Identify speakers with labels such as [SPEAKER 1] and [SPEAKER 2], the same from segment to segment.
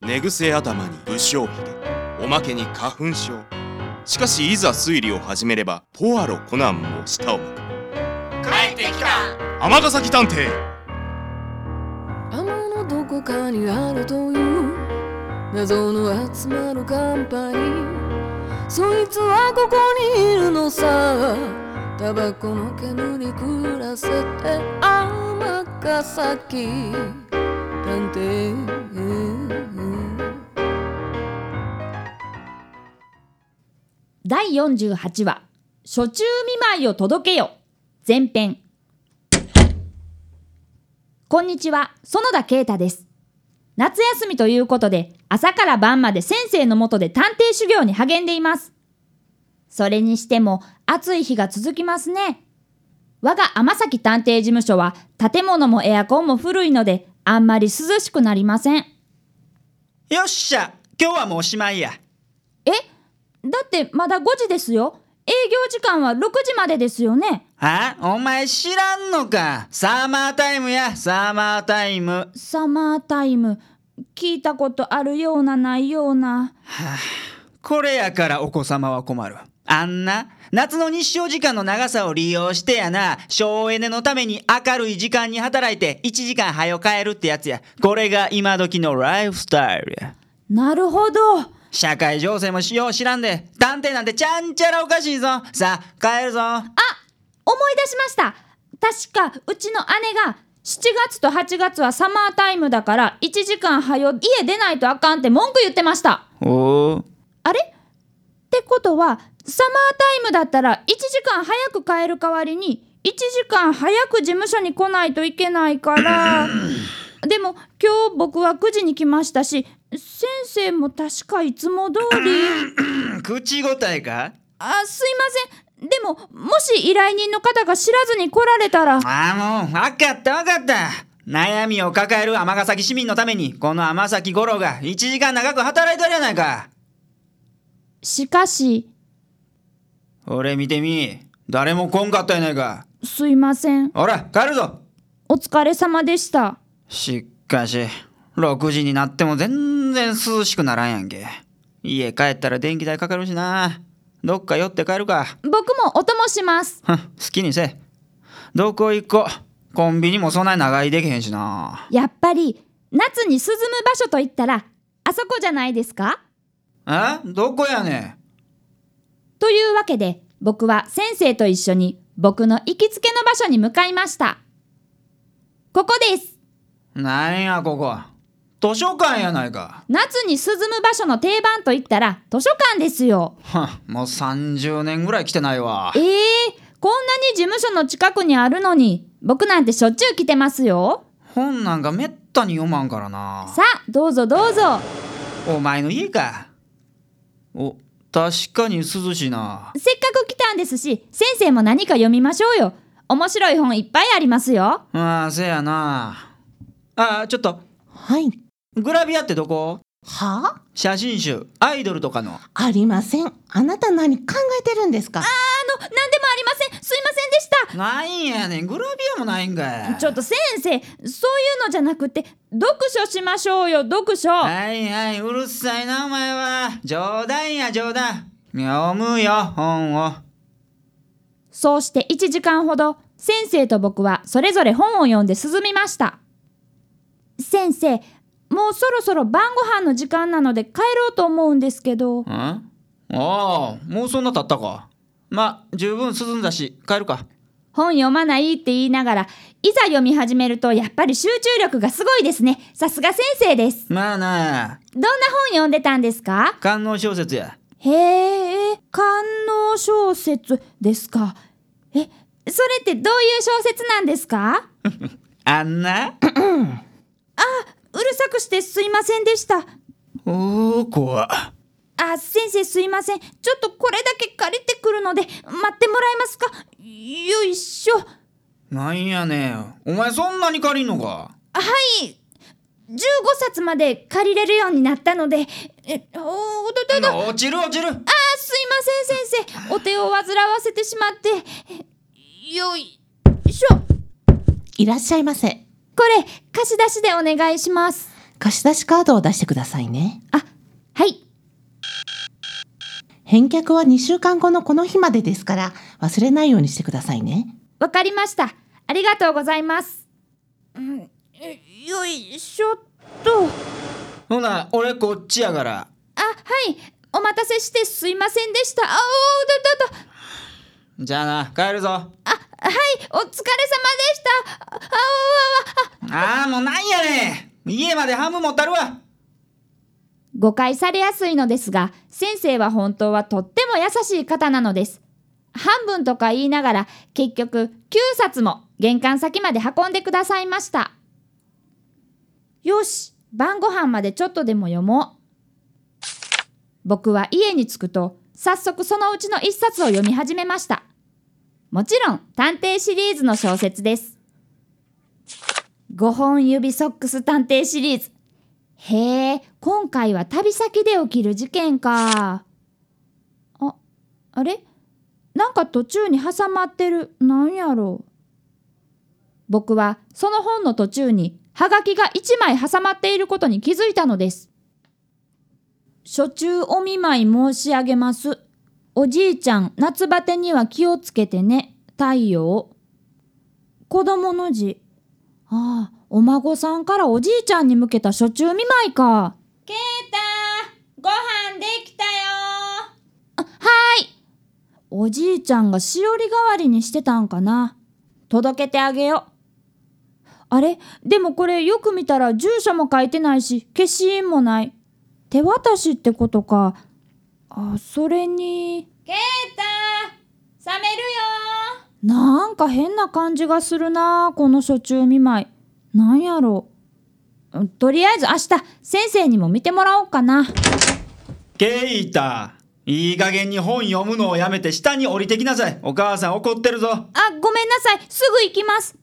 [SPEAKER 1] 寝癖頭に不祥髭おまけに花粉症しかしいざ推理を始めればポアロコナンも舌を巻く
[SPEAKER 2] 帰ってきた
[SPEAKER 1] 尼崎探偵
[SPEAKER 3] 雨のどこかにあるという謎の集まるカンパニーそいつはここにいるのさタバコの煙に暮らせて天ヶ崎探偵
[SPEAKER 4] 第48話「初中見舞いを届けよ」前編こんにちは園田啓太です夏休みということで朝から晩まで先生のもとで探偵修行に励んでいますそれにしても暑い日が続きますね我が天崎探偵事務所は建物もエアコンも古いのであんまり涼しくなりません
[SPEAKER 2] よっしゃ今日はもうおしまいや
[SPEAKER 4] えだってまだ5時ですよ営業時間は6時までですよね
[SPEAKER 2] あお前知らんのかサーマータイムやサーマータイム
[SPEAKER 4] サマータイム聞いたことあるようなないような
[SPEAKER 2] これやからお子様は困る。あんな、夏の日照時間の長さを利用してやな、省エネのために明るい時間に働いて1時間早帰るってやつや。これが今時のライフスタイルや。
[SPEAKER 4] なるほど
[SPEAKER 2] 社会情勢もしよう知らんで、探偵なんてちゃんちゃらおかしいぞ。さあ、帰るぞ。
[SPEAKER 4] 思い出しました確かうちの姉が7月と8月はサマータイムだから1時間早よ家出ないとあかんって文句言ってました
[SPEAKER 2] おー
[SPEAKER 4] あれってことはサマータイムだったら1時間早く帰る代わりに1時間早く事務所に来ないといけないからでも今日僕は9時に来ましたし先生も確かいつも通り
[SPEAKER 2] 口答えか
[SPEAKER 4] あすいませんでももし依頼人の方が知らずに来られたら
[SPEAKER 2] ああ、もう、わかったわかった。悩みを抱える尼崎市民のために、この尼崎五郎が1時間長く働いてるやないか。
[SPEAKER 4] しかし
[SPEAKER 2] 俺見てみ誰も来んかったやないか
[SPEAKER 4] すいません
[SPEAKER 2] ほら帰るぞ
[SPEAKER 4] お疲れ様でした
[SPEAKER 2] しっかし6時になっても全然涼しくならんやんけ家帰ったら電気代かかるしなどっか寄って帰るか
[SPEAKER 4] 僕もお供します
[SPEAKER 2] ふん好きにせえどこ行こうコンビニもそんなに長居できへんしな
[SPEAKER 4] やっぱり夏に涼む場所といったらあそこじゃないですか
[SPEAKER 2] えどこやね
[SPEAKER 4] というわけで僕は先生と一緒に僕の行きつけの場所に向かいましたここです
[SPEAKER 2] んなんやここ図書館やないか
[SPEAKER 4] 夏に涼む場所の定番といったら図書館ですよ
[SPEAKER 2] ふんもう30年ぐらい来てないわ
[SPEAKER 4] えー、こんなに事務所の近くにあるのに僕なんてしょっちゅう来てますよ
[SPEAKER 2] 本なんかめったに読まんからな
[SPEAKER 4] さあどうぞどうぞ
[SPEAKER 2] お前の家か。お、確かに涼しいな。
[SPEAKER 4] せっかく来たんですし先生も何か読みましょうよ面白い本いっぱいありますよ
[SPEAKER 2] ああ、せやな。ああ、ちょっと、
[SPEAKER 5] はい。
[SPEAKER 2] グラビアってどこ
[SPEAKER 5] は
[SPEAKER 2] 写真集、アイドルとかの。
[SPEAKER 5] ありません。あなた何考えてるんですか
[SPEAKER 4] あの何でもありませんすいませんでした
[SPEAKER 2] ないんやねん、グラビアもないんかい。
[SPEAKER 4] ちょっと先生そういうのじゃなくて読書しましょうよ読書
[SPEAKER 2] はいはい、うるさいな、お前は。冗談や、冗談。読むよ、本を。
[SPEAKER 4] そうして1時間ほど先生と僕はそれぞれ本を読んで進みました先生もうそろそろ晩ご飯の時間なので帰ろうと思うんですけど
[SPEAKER 2] んああ、もうそんな経ったか。ま、十分涼んだし、帰るか。
[SPEAKER 4] 本読まないって言いながらいざ読み始めるとやっぱり集中力がすごいですねさすが先生です
[SPEAKER 2] まあな、
[SPEAKER 4] どんな本読んでたんですか
[SPEAKER 2] 観音小説や。
[SPEAKER 4] へえ官能小説ですかえそれってどういう小説なんですか
[SPEAKER 2] あんな
[SPEAKER 4] うるさくしてすいませんでした
[SPEAKER 2] おお怖
[SPEAKER 4] あ先生すいませんちょっとこれだけ借りてくるので待ってもらえますかよいしょ
[SPEAKER 2] なんやねんお前そんなに借りんのか
[SPEAKER 4] はい15冊まで借りれるようになったのでえおおとととあ
[SPEAKER 2] 落ちる落ちる
[SPEAKER 4] すいません先生お手を煩わせてしまってえよいしょ
[SPEAKER 5] いらっしゃいませ。
[SPEAKER 4] これ貸し出しでお願いします
[SPEAKER 5] 貸し出しカードを出してくださいね。
[SPEAKER 4] あ、はい。
[SPEAKER 5] 返却は2週間後のこの日までですから、忘れないようにしてくださいね。
[SPEAKER 4] わかりました。ありがとうございます。よいしょっと。
[SPEAKER 2] ほな俺こっちやから
[SPEAKER 4] あ、はい。お待たせしてすいませんでした。あおーだだだ。
[SPEAKER 2] じゃあな帰るぞ
[SPEAKER 4] あ、はい。お疲れ様でした。ああおーあおーあ
[SPEAKER 2] ああもうなんやねん家までハム持ったるわ
[SPEAKER 4] 誤解されやすいのですが、先生は本当はとっても優しい方なのです。半分とか言いながら、結局9冊も玄関先まで運んでくださいました。よし、晩ご飯までちょっとでも読もう。僕は家に着くと、早速そのうちの一冊を読み始めました。もちろん、探偵シリーズの小説です。5本指ソックス探偵シリーズ。へえ、今回は旅先で起きる事件か。あ、あれなんか途中に挟まってる。なんやろう。僕はその本の途中にハガキが1枚挟まっていることに気づいたのです。初中お見舞い申し上げます。おじいちゃん、夏バテには気をつけてね。太陽。子供の字。ああ、お孫さんからおじいちゃんに向けた初中見舞いか。ケータご飯できたよあ、はーい。おじいちゃんがしおり代わりにしてたんかな。届けてあげよう。あれでもこれよく見たら住所も書いてないし、消印もない。手渡しってことか。あ、それに。ケータ冷めるよなんか変な感じがするなこの初中見舞い。なんやろう。うんとりあえず明日、先生にも見てもらおうかな。
[SPEAKER 2] ケイタいい加減に本読むのをやめて下に降りてきなさいお母さん怒ってるぞ
[SPEAKER 4] あ、ごめんなさい。すぐ行きます。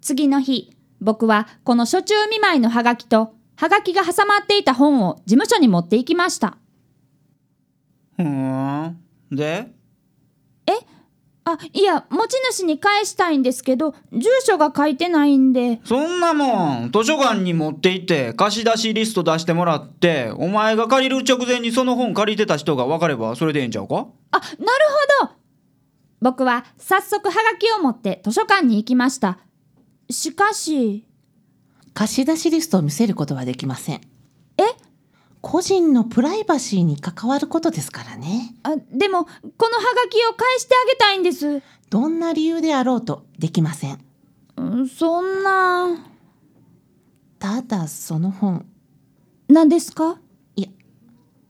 [SPEAKER 4] 次の日、僕はこの初中見舞いのハガキと、ハガキが挟まっていた本を事務所に持って行きました。
[SPEAKER 2] ふーんで
[SPEAKER 4] あ、いや、持ち主に返したいんですけど、住所が書いてないんで。
[SPEAKER 2] そんなもん図書館に持って行って貸し出しリスト出してもらってお前が借りる直前にその本借りてた人が分かればそれでええんちゃうか
[SPEAKER 4] あ、なるほど僕は早速ハガキを持って図書館に行きました。しかし、
[SPEAKER 5] 貸し出しリストを見せることはできません。
[SPEAKER 4] え
[SPEAKER 5] 個人のプライバシーに関わることですからね。
[SPEAKER 4] あでも、このハガキを返してあげたいんです。
[SPEAKER 5] どんな理由であろうとできません。
[SPEAKER 4] うんそんな、
[SPEAKER 5] ただその本、
[SPEAKER 4] なんですか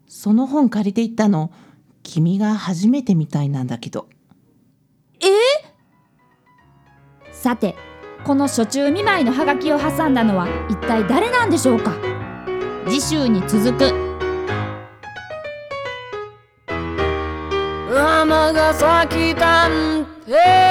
[SPEAKER 5] その本借りていったの、君が初めてみたいなんだけど。
[SPEAKER 4] さてこの初中見舞いのハガキを挟んだのは一体誰なんでしょうか次週に続く
[SPEAKER 3] 尼崎探偵